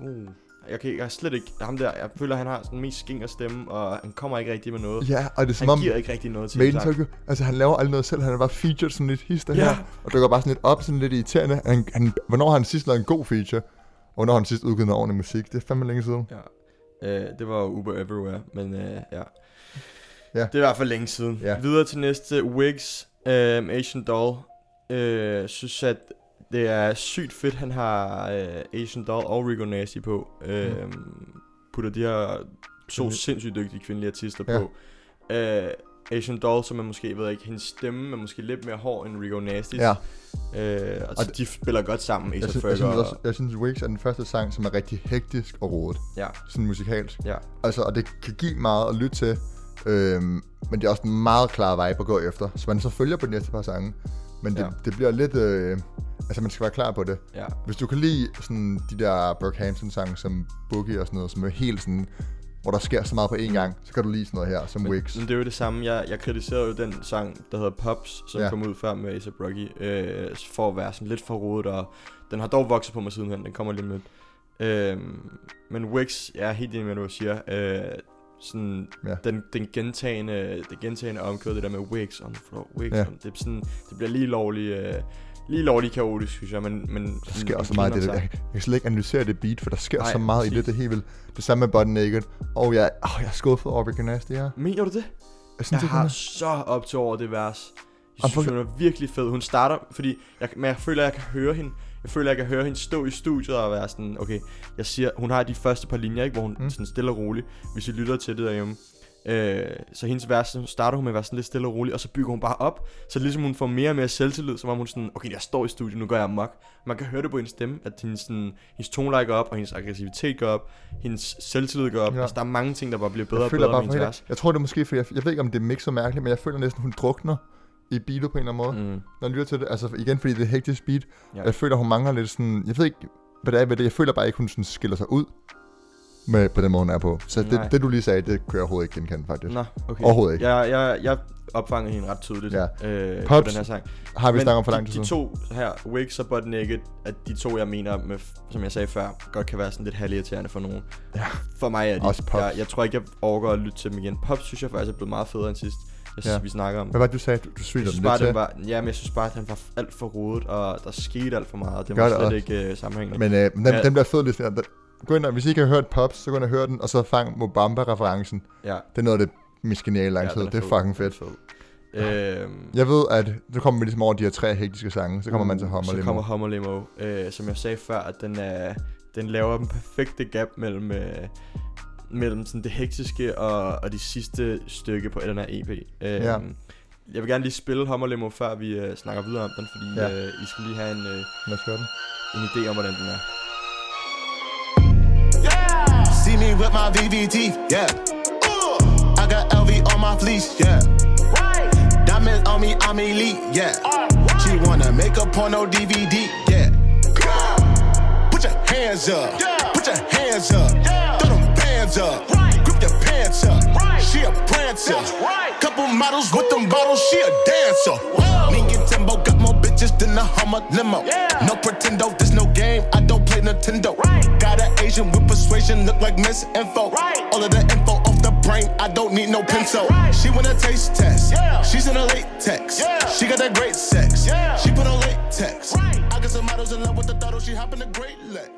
uh, jeg, kan, jeg er slet ikke ham der. Jeg føler, han har sådan mest skinger stemme, og han kommer ikke rigtig med noget.
Ja, og det er som
han
om...
giver ikke rigtig noget til en
Maiden
sang.
Tokyo, altså han laver aldrig noget selv, han er bare featured sådan lidt hister
Ja.
her, og dukker bare sådan lidt op, sådan lidt irriterende. Han, han, hvornår har han sidst lavet en god feature? Og hvornår har han sidst udgivet noget ordentlig musik? Det er fandme længe siden.
Ja. Øh, det var jo Uber Everywhere, men øh, ja.
Ja.
Det er i hvert fald længe siden.
Ja.
Videre til næste, Wigs, øh, Asian Doll. Øh, synes, at det er sygt fedt, han har øh, Asian Doll og Rico Nasty på. Øh,
Mm.
Putter de her to
Kvindelige-
sindssygt dygtige kvindelige artister
Mm-hmm. Ja.
på. Øh, Asian Doll, som er måske, ved jeg ikke, hendes stemme er måske lidt mere hård end Rico Nasty.
Ja,
Øh, og,
Og
og de spiller godt sammen,
jeg
Ace
synes,
og
jeg synes,
Fergie.
også, jeg synes Wigs er den første sang, som er rigtig hektisk og rodet,
Ja,
sådan musikalsk.
ja.
Altså, og det kan give meget at lytte til, øhm, men det er også en meget klar vibe at gå efter, så man så følger på de næste par sange. Men det,
Ja.
ja. det bliver lidt, øh, altså man skal være klar på det.
Ja.
Hvis du kan lide sådan de der Brockhampton sange som Boogie og sådan noget, som er helt sådan, hvor der sker så meget på én gang, så kan du lide sådan noget her, som Wix.
Men det er jo det samme. Jeg, jeg kritiserede jo den sang, der hedder Pops, som ja.
Ja.
kom ud før med A$AP Rocky, øh, for at være sådan lidt for rodet, og den har dog vokset på mig sidenhen. Den kommer lige med. Øh, men Wix, jeg er helt enig med, hvad du siger. Øh, sådan, ja.
Ja.
den, den gentagende, det gentagende omkød, det der med Wix on the floor, Wix
Ja.
on, det, er sådan, det bliver lige lovlig, øh, lige lovlig kaotisk, synes jeg, men, men
Der sker også så meget i det. Jeg,
der.
jeg kan slet ikke analysere det beat, for der sker
Nej,
så meget i
præcis.
det, det er helt vildt. Det samme med Button Naked. Og jeg, oh, jeg er skuffet over Ricky Nasty her.
Mener du det?
Jeg synes,
Jeg
jeg det,
har
har...
så op til over det vers. Jeg
Jamen,
synes,
for-
hun er virkelig fed. Hun starter, fordi jeg, men jeg føler, at jeg kan høre hende. Jeg føler, at jeg kan høre hende stå i studiet og være sådan, okay, jeg siger, hun har de første par linjer, ikke, hvor hun mm.
Mm.
sådan stille og roligt, hvis I lytter til det derhjemme. Øh, så hendes vers, så starter hun med at være sådan lidt stille og rolig, og så bygger hun bare op, så ligesom hun får mere og mere selvtillid, som om hun sådan, okay, jeg står i studiet, nu gør jeg amok. Man kan høre det på hendes stemme, at hendes, sådan, hendes toneleje går op, og hendes aggressivitet går op, hendes selvtillid går op, ja.
Ja.
altså der er mange ting, der bare bliver bedre
jeg
og
føler
bedre
bare
med
for hende.
hendes vers.
Jeg tror det er måske, for jeg, jeg ved ikke, om det er mixet mærkeligt, men jeg føler næsten, hun drukner i beatet på en eller anden måde, mm.
Mm.
når jeg lytter til det. Altså igen, fordi det er hektisk beat.
Ja.
Ja. Jeg føler, hun mangler lidt sådan... Jeg ved ikke, hvad det er ved det. Jeg føler bare ikke, hun sådan skiller sig ud med, på den måde, hun er på. Så
Nej.
det, det, du lige sagde, det kunne jeg overhovedet ikke genkende, faktisk.
Nå, okay.
Overhovedet ikke.
Jeg, jeg, jeg opfangede hende ret tydeligt
Ja.
øh, på
Pops,
den her sang.
Har vi
Men
snakket om for
de-
lang tid
De
siden?
to her, Wix og Butt Naked, at de to, jeg mener, med, f- som jeg sagde før, godt kan være sådan lidt halvirriterende for nogen.
Ja.
For mig er de.
Også Pops.
Jeg, jeg tror ikke, jeg overgår at lytte til dem igen. Pops synes jeg faktisk er blevet meget federe end sidst, jeg synes,
Ja.
vi snakker om.
Hvad var det, du sagde? Du, du
Jeg
sviner
synes
dem
bare,
lidt
at den
til.
var, jamen, jeg synes bare, at han var alt for rodet, og der skete alt for meget, og det
Gør
var
det
slet
også.
ikke øh, sammenhængende.
Men øh, den,
Ja.
ja. den bliver fed lidt. Gå ind og, hvis I ikke har hørt Pops, så gå ind og hør den, og så fang Mobamba-referencen.
ja,
Det er noget af det mest geniale lang tid.
den
det er
fed.
fucking
Den er
fedt.
fed. Øhm,
Jeg ved, at nu kommer vi ligesom over de her tre hektiske sange, så kommer man til Hummer
Mm, Så
Limo.
kommer Hummer Limo. Øh, som jeg sagde før, at den, er, den laver den perfekte gap mellem, øh, mellem sådan det hektiske og, og de sidste stykke på den her EP. Øh,
Ja.
Jeg vil gerne lige spille Hummer Limo, før vi øh, snakker videre om den, fordi
Ja.
ja. øh, I skal lige have en, øh,
Lad os høre den.
en idé om, hvordan den er.
See me with my VVT, yeah. I got LV on my fleece, yeah. Diamonds on me, I'm elite, yeah. She wanna make a porno DVD, yeah. Put your hands up, put your hands up, throw them bands up, grip your pants up. She a prancer, couple models with them bottles, she a dancer. Me and Timbo got more bitches than a Hummer limo. No pretendo, this no game, I don't play Nintendo. Got an Asian with persuasion, look like Miss Info. All of the info off the brain, I don't need no pencil. She want a taste test, she's in a latex. She got that great sex, she put on latex. I got some models in love with the throttle, she hop in the great leg.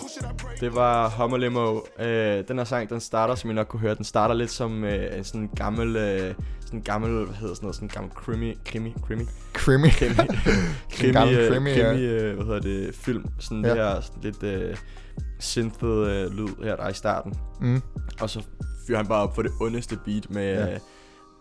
Who should I break?
Det var Hummer Limo. Øh, den her sang, den starter, som I nok kunne høre, den starter lidt som øh, en sådan en gammel, øh, sådan en gammel, hvad hedder sådan noget, sådan en gammel krimi, krimi, krimi,
Creamy.
krimi, krimi,
gammel
øh, krimi,
krimi,
øh, hvad hedder det, film. Sådan ja.
Ja.
det her sådan lidt øh, synthet øh, lyd her, der er i starten.
Mm.
Og så fyrer han bare op for det ondeste beat med, ja.
Ja.
øh,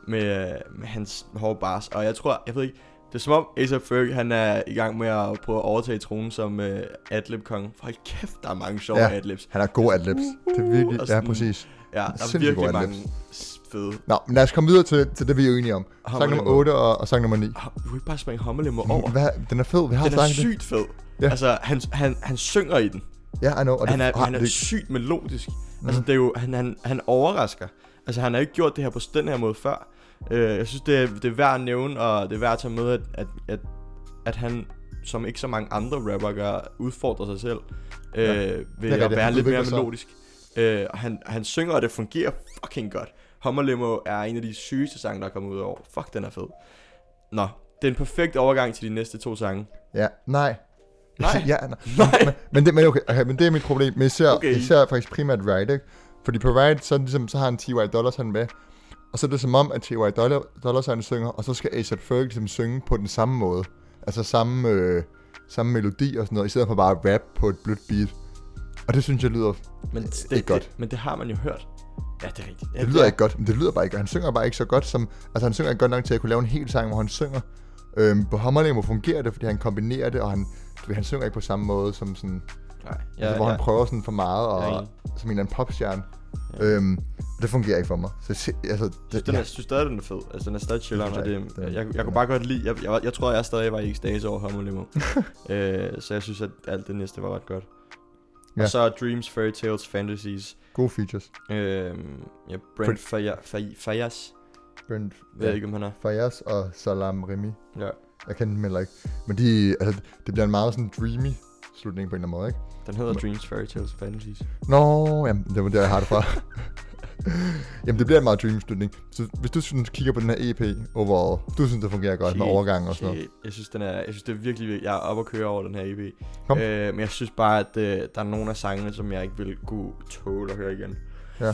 med, øh, med hans hårde bars. Og jeg tror, jeg ved ikke, det er som om A$AP Ferg, han er i gang med at prøve at overtage tronen som øh, adlib kong. For hold kæft, der er mange sjove
Ja,
ja. adlibs.
han har gode adlibs. Det er virkelig,
Og
ja,
sådan-
præcis.
Ja, der er
sindssygt
virkelig
gode
mange s- fede.
Nå, men lad os komme videre til, til det, vi er enige om.
Hummer
Sang nummer
Limo.
8 og, og sang nummer 9.
Hov, Ah, Du kan ikke bare springe hommelemmer over.
Hvad? Den er fed, vi har
Den er
snakket det.
sygt fed. Ja.
Ja.
Altså, han, han, han synger i den.
Ja, I know. Og
han er,
ah,
han er
det,
sygt melodisk. Mm. Altså, det er jo, han, han, han overrasker. Altså, han har ikke gjort det her på den her måde før. Øh, jeg synes, det er, det er værd at nævne, og det er værd at tage med, at, at, at, at han, som ikke så mange andre rapper gør, udfordrer sig selv. øh, ved
rigtigt,
at være
han
lidt
udvikler
mere
sig.
melodisk. Øh, og han, han synger, og det fungerer fucking godt. Hummer Limo er en af de sygeste sange, der er kommet ud i år. Fuck, den er fed. Nå, det er en perfekt overgang til de næste to sange.
Ja, nej.
Nej.
ja, nej. nej. Men, men, det, men, okay, okay, men det er mit problem. Men især,
Okay.
okay. især faktisk primært Wright, ikke? Fordi på Wright, så, er det ligesom, så har han T.Y. Dollars han med. Og så er det som om, at T.Y. Dollar, Dollars han synger, og så skal A$AP Ferg ligesom synge på den samme måde. Altså samme, øh, samme melodi og sådan noget, i stedet for bare at rap på et blødt beat. Og det synes jeg lyder...
Men det,
ikke godt.
Det, men det har man jo hørt. Ja, det er rigtigt. Ja,
Det lyder ikke godt, men det lyder bare ikke. Han synger bare ikke så godt som... Altså han synger ikke godt nok til at kunne lave en hel sang, hvor han synger. Øhm, på Hammerlemo fungerer det, fordi han kombinerer det, og han, du ved, han synger ikke på samme måde som sådan...
Nej, ja,
Ja, altså, hvor
ja.
ja. han prøver sådan for meget, og
Jeg er
ja,
enig.
som en eller anden popstjerne. Ja. Øhm, og det fungerer ikke for mig. Så se- altså, det,
Den er,
ja,
jeg synes stadig, den er fed. Altså, den er stadig chilleren,
Det
og
er
det,
den-
jeg, jeg,
den
jeg kunne
er-
bare godt lide, jeg, jeg, var- jeg tror, jeg stadig var i ekstase over Hummer Limo. øh, så jeg synes, at alt det næste var ret godt. Ja.
Ja.
Og så Dreams, Fairy Tales, Fantasies.
gode features.
Øh, ja, Brent Faja- Faj- Fajas,
Brent
ved jeg ikke, om han er.
Fayas og Salam Remy.
Ja.
Jeg kender dem heller ikke. Men de, altså, det bliver en meget sådan dreamy slutning på en eller anden måde, ikke?
Den hedder Dreams, Fairy Tales, Fantasies.
Nå, jamen, det var der, jeg har det fra. jamen, det bliver en meget dreamy slutning. Så hvis du synes, kigger på den her EP overall, du synes, det fungerer godt med
Shit,
overgang og sådan noget.
shit. Jeg synes, den er, jeg synes, det er virkelig, virkelig- jeg er oppe at køre over den her EP.
Kom.
Øh, men jeg synes bare, at øh, der er nogle af sangene, som jeg ikke vil kunne tåle at høre igen.
Ja.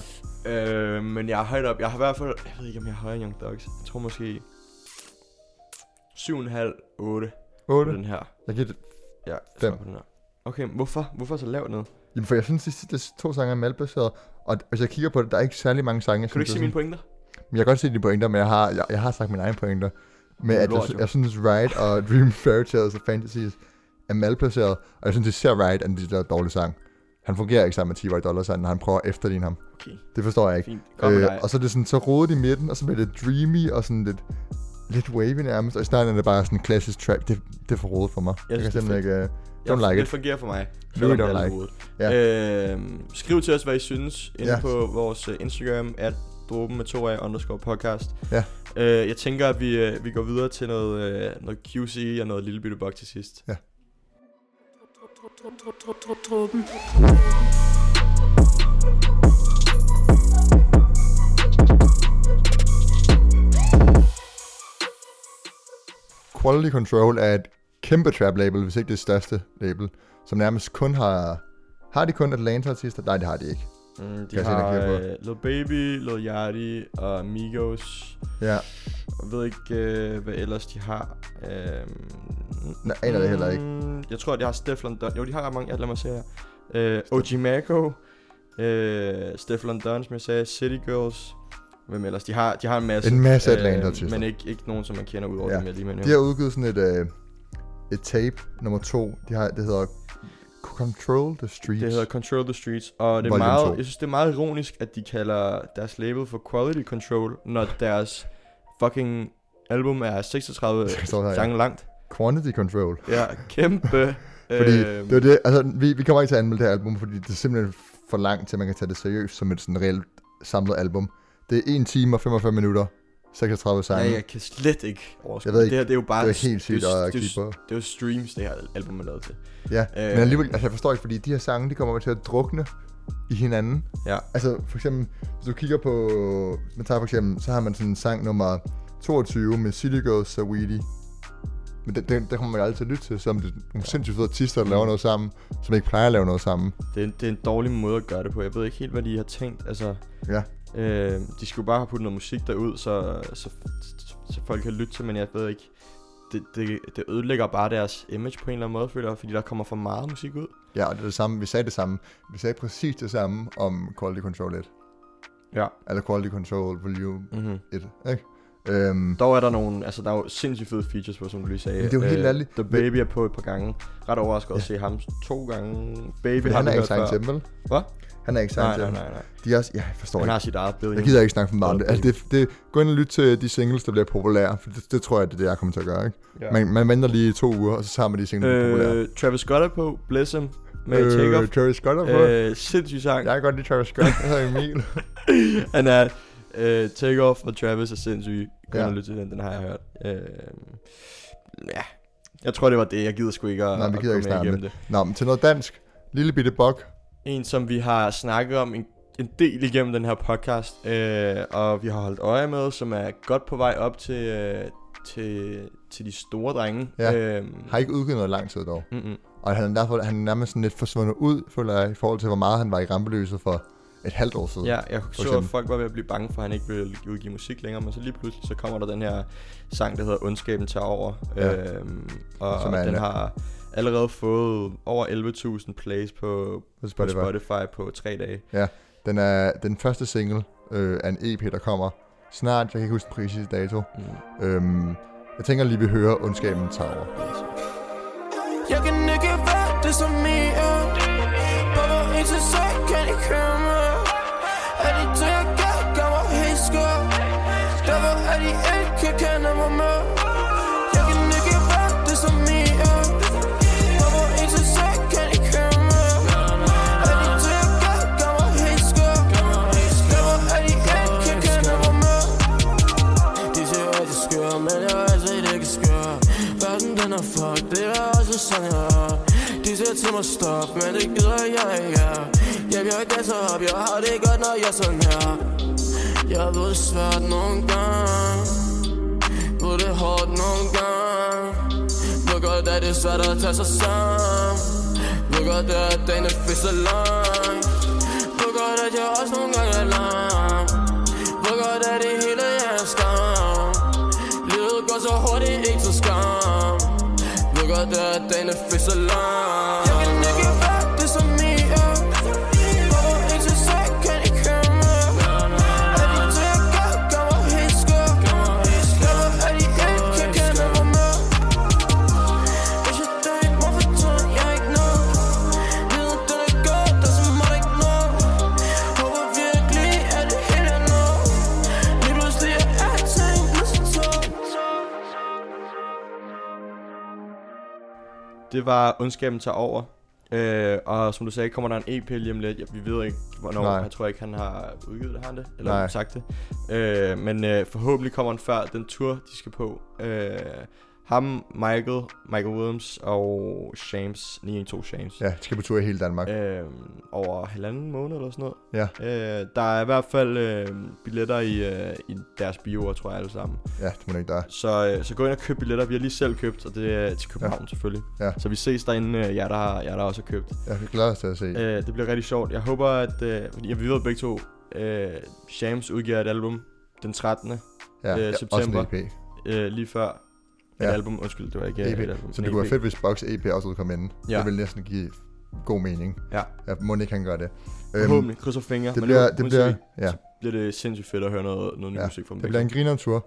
Øh, men jeg er højt op. Jeg har i hvert fald, jeg ved ikke, om jeg er højere end Young Dogs. Jeg tror måske 7,5, 8 på
8.
den her.
Jeg giver det.
Ja, jeg
Fem.
tror på den her. Okay, men hvorfor? Hvorfor så lavt ned? Kan
Jamen, for jeg synes, de sidste to sange er malbaseret, og hvis jeg kigger på det, der er ikke særlig mange sange. jeg
du
synes,
ikke
er
se
sådan-
mine pointer?
Men Jeg kan godt se dine pointer, men jeg har, jeg, jeg har sagt mine egne pointer. Med
er
at jeg,
lort, jo.
jeg synes, Ride og Dream Fairy Tales og Fantasies er malplaceret, og jeg synes, det ser Ride, at det er en dårlig sang. Han fungerer ikke sammen med T.Y. Dollars, når han prøver at efterligne ham.
Okay,
Det forstår jeg ikke. Øh,
fint. Godt med dig.
og så er det sådan, så rodet i midten, og så bliver det dreamy og sådan lidt, lidt wavy nærmest, og i starten er det bare sådan en klassisk track. Det, det er for rodet for mig. Jeg, jeg kan
synes, det er
simpelthen ikke... Uh,
Jeg-
don't like it.
det fungerer for mig.
Really
Selvom
don't
det er
like.
lidt rodet. Øhm, skriv til os, hvad I synes, inde
Ja.
på vores øh, Instagram, at dråben med to af underscore podcast.
Ja.
Øh, jeg tænker, at vi, øh, vi går videre til noget, øh, noget QC og noget lille bitte bug til sidst.
Dråben.
Quality Control er et kæmpe trap label, hvis ikke det største label, som nærmest kun har... Har de kun Atlanta artister? Nej, det har de ikke.
Mm, de
jeg se, der
har
kigger på?
øh, Lil Baby, Lil Yachty og Migos.
Ja,
Jeg ved ikke, øh, hvad ellers de har. Øhm,
Nå, aner det heller ikke.
mm, Jeg tror, de har Stefflon Dunn. Jo, de har ret mange. Ja, lad mig se her. Øh, OG Mako. Øh, Stefflon Dunn, som jeg sagde. City Girls. Hvem ellers? De har, de har en masse. Øh,
En masse Atlanta-artister.
Men ikke, ikke nogen, som man kender udover
Ja.
ja. dem, jeg lige med
De har udgivet sådan et, øh, et tape nummer to. De har, det hedder Control the Streets.
Det hedder Control the Streets, og det er
Volume
meget,
to.
jeg synes, det er meget ironisk, at de kalder deres label for Quality Control, når deres fucking album er 36
Står der, ja.
sange langt.
Quantity Control.
Ja, kæmpe.
Fordi
øhm,
det var det, altså, vi, vi kommer ikke til at anmelde det her album, fordi det er simpelthen for langt til, at man kan tage det seriøst som et sådan reelt samlet album. Det er 1 time og 45 minutter, 36 sange.
Ja, jeg kan slet ikke overskue.
Jeg ved
det.
ikke,
det, her, det er jo bare...
det er helt sygt
det, er-
at
det, er-
kigge på.
Det er jo streams, det her album er lavet til.
Ja,
Øh,
øh, men alligevel, altså, jeg forstår ikke, fordi de her sange, de kommer til at drukne i hinanden.
Ja.
Altså for eksempel, hvis du kigger på, man tager for eksempel, så har man sådan en sang nummer 22 med City Girls So Weedy. Men den, den, den kommer man aldrig til at lytte til, selvom det er nogle sindssygt fede artister, der laver noget sammen, som ikke plejer at lave noget sammen.
Det er, en- det er en dårlig måde at gøre det på. Jeg ved ikke helt, hvad de har tænkt. Altså,
Ja,
øh, de skulle bare have puttet noget musik derud, så, så, så, så folk kan lytte til, men jeg ved ikke... Det, det, det ødelægger bare deres image på en eller anden måde, føler jeg, fordi der kommer for meget musik ud.
ja og det er det samme, vi sagde det samme. Vi sagde præcis det samme om Quality Control 1.
Ja.
Eller Quality Control Volume
Mm-hmm.
1, ikke? Øhm,
Dog er der nogle, altså der er jo sindssygt fede features på, som du lige sagde. Øh,
Men det er jo helt ærligt.
The Baby er på et par gange. Ret overrasket ja. at se ham to gange. Baby
men
har
han
vi
er ikke
hørt før.
signed til dem, vel?
Hvad?
Han er ikke signed
Nej,
til
nej,
dem.
nej, nej.
De er også, ja, jeg forstår
Han
ikke.
har sit eget billion.
Jeg gider ikke snakke for meget om det.
Eller
Altså, det, det. Gå ind og lyt til de singles, der bliver populære, for det, det tror jeg, det er det, jeg kommer til at gøre. Ikke?
Ja.
Ja. Man, man venter lige to uger, og så tager man de singles, der bliver populære.
Øh, Travis Scott er på, Bless Him, med øh, Take Off.
Travis Scott er på. Øh,
Øh, sindssyg sang.
jeg kan godt lide Travis Scott. Jeg hedder Emil.
Han er øh, Take Off og Travis er sindssyg. Gå ja.
Ja.
og lytte til den, den har jeg hørt. Øh, ja, jeg tror det var det. Jeg gider sgu ikke at,
Nej, vi gider
at
ikke
komme
snakke om
igennem
det. Nå, men til noget dansk. Lille bitte bok.
En, som vi har snakket om en, en del igennem den her podcast, øh, og vi har holdt øje med, som er godt på vej op til, øh, til, til de store drenge.
Ja.
Øh,
Har ikke udgivet noget i lang tid dog.
mm-mm.
Og han er, derfor, han er nærmest sådan lidt forsvundet ud, føler jeg, i forhold til, hvor meget han var i rampelyset for et halvt år siden.
Ja, jeg så, at
eksempel.
folk var ved at blive bange for, at han ikke ville udgive musik længere, men så lige pludselig, så kommer der den her sang, der hedder Ondskaben tager over,
Ja.
ja. øhm, og
Som er
den
en-
har allerede fået over 11.000 plays på,
På
på
Spotify.
Spotify på tre dage.
Den er den første single øh, af en EP, der kommer snart. Jeg kan ikke huske den præcise dato.
Mm.
Øhm, jeg tænker lige, vi hører Ondskaben tager over.
Jeg kan ikke være det som I er Bare en til sag, kan ikke høre mig Er det det, jeg gør, gør mig helt skør Derfor er de ikke kender mig mere Jeg kan ikke være det som I er Bare en til sag, kan ikke høre mig Er det det, jeg gør, gør mig helt skør Derfor er de ikke kender mig mere de siger, at det skør, men jeg er altså ikke skør Verden den er fucked, det er også sådan jeg er De siger til mig stop, men det gider jeg ikke er Jeg bliver gasset op, jeg har det godt, når jeg er sådan her Jeg ved det er svært nogle gange Ved det er hårdt nogle gange Ved godt, at det er svært at tage sig sammen Ved godt, at dagen er fisk så lang Ved godt, at jeg også nogle gange er lang hvor godt er det hele er en skam Livet går så hurtigt, ikke så skam Hvor godt er dagen er fedt så lang Jeg kan ikke være det som I er Hvorfor ikke så sag, kan I køre mig Er det det jeg gør, gør mig helt skør Derfor er de ikke, kan kende mig mere Hvis jeg dør, ikke må fortælle, jeg ikke når Livet den er godt, der er så meget ikke når Håber virkelig, at det hele er nå Lige pludselig er alting blevet så tungt
Det var Ondskaben tager over. Øh, og som du sagde, kommer der en EP lige om lidt. Ja, vi ved ikke, hvornår.
Nej.
Nej. Jeg tror ikke, han har udgivet det, har han det? Eller
Nej.
Nej. sagt det. Øh, men øh, forhåbentlig kommer han før den tur, de skal på. Øh, ham, Michael, Michael Williams og Shams, 912 Shams.
Ja, de skal på tur i hele Danmark. Ja.
Øh, over halvanden måned eller sådan noget.
ja.
Øh, der er i hvert fald øh, billetter i, øh, i deres bioer, tror jeg alle sammen.
Ja, det må det ikke der. er.
Så, øh, så gå ind og køb billetter. Vi har lige selv købt, og det er til København ja. selvfølgelig.
Ja.
Så vi ses derinde, øh, jer der, har, jer der også har købt.
Jeg glæder os til at se.
Øh, det bliver rigtig sjovt. Jeg håber, at... Øh, fordi vi ved begge to, øh, Shams udgiver et album den 13.
ja,
øh,
ja,
september.
Også en E EP.
Øh, lige før. Ja.
Ja.
Et album, undskyld, det var ikke øh,
EP.
et album.
E Så
en
det kunne være
EP.
fedt, hvis Box EP også ville komme inden. Ja.
Ja.
Det ville næsten give god mening.
Ja.
Jeg må ikke, han gør det. Øhm,
Forhåbentlig, krydser fingre.
det
men
bliver,
nu-
det
nu
bliver,
ser vi.
ja,
Så bliver det sindssygt fedt at høre noget, noget ny
Ja,
musik fra dem.
det bliver en
begge
grinertur.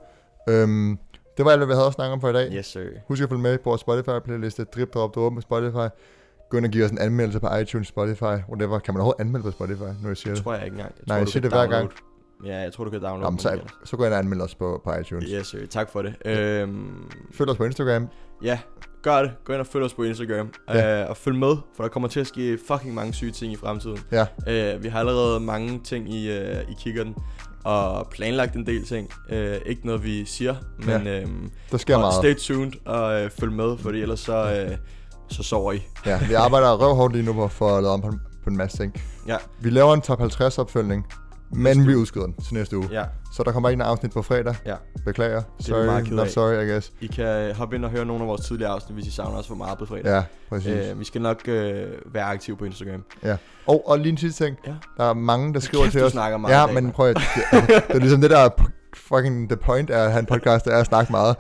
Øhm, det var alt, hvad vi havde at snakke om for i dag.
to. Yes, sir.
Husk at følge med på vores Spotify-playliste, Drip Drop Drop på Spotify. Gå ind og give os en anmeldelse på iTunes, Spotify, whatever. Kan man overhovedet anmelde på Spotify, nu jeg siger
Det
det?
tror jeg ikke engang. Jeg
Nej,
tror,
jeg
du
siger
kan
det hver gang.
downloade- Ja, jeg tror, du kan downloade
Jamen,
dem
så,
igen.
så gå ind og anmeld os på, på iTunes.
Yes, sir. Tak for det. Øhm,
Følg os på Instagram.
ja, gør det. Gå ind og følg os på Instagram.
Ja.
Ja. Øh, og følg med, for der kommer til at ske fucking mange syge ting i fremtiden.
Ja,
Øh, vi har allerede mange ting i, øh, i kikkerten. Og planlagt en del ting. Øh, ikke noget, vi siger, men ja. øhm,
der sker
og
meget.
stay tuned og øh, følg med, fordi ellers så, øh, så sover I.
Ja, vi arbejder røvhårdt lige nu på at få lavet om på en, på en masse ting.
Ja,
Vi laver en top 50 opfølgning, men vi udskyder den til næste uge.
ja,
Så der kommer ikke en afsnit på fredag.
ja.
Beklager.
er vi meget
Sorry,
kede
not
af.
sorry, I guess.
I kan øh, hoppe ind og høre nogle af vores tidligere afsnit, hvis I savner os for meget på fredag.
Ja, præcis.
Øh, vi skal nok øh, være aktive på Instagram.
Ja. Og, og lige en sidste ting.
Ja.
Der er mange, der skriver
kæft,
til
du
os.
snakker meget i
ja,
dag,
men
mand.
prøv at... Det, altså, det er ligesom det, der er p- fucking the point af at have en podcast, der er at snakke meget.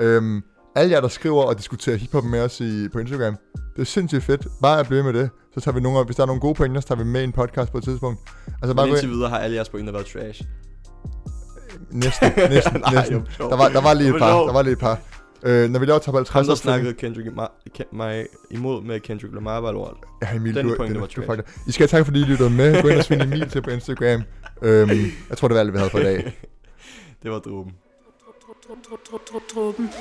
Øh,
Øhm, alle jer, der skriver og diskuterer hiphop med os i, på Instagram, det er sindssygt fedt. Bare at blive med det. Så tager vi nogle, af- hvis der er nogle gode pointer, så tager vi med i en podcast på et tidspunkt. Altså bare
men
gå
indtil
ind.
videre har alle jeres pointer været trash.
Næsten, næsten,
Nej,
næsten.
jeg forstår.
Der var, der var lige et
Jeg
par.
forstår.
Der var lige et par. Øh, når vi laver top 50
Ham, der
opfølgning-
snakkede Kendrick Lamar, Ken- mig imod med Kendrick Lamar, var lort.
Ja, Emil,
Den
du,
pointe
den,
var
du
trash.
fucked up. I skal have tak, fordi I lyttede med. Gå ind og svinde Emil til på Instagram. Øhm, jeg tror, det var alt, vi havde for i dag.
Det var dråben.
Truppen.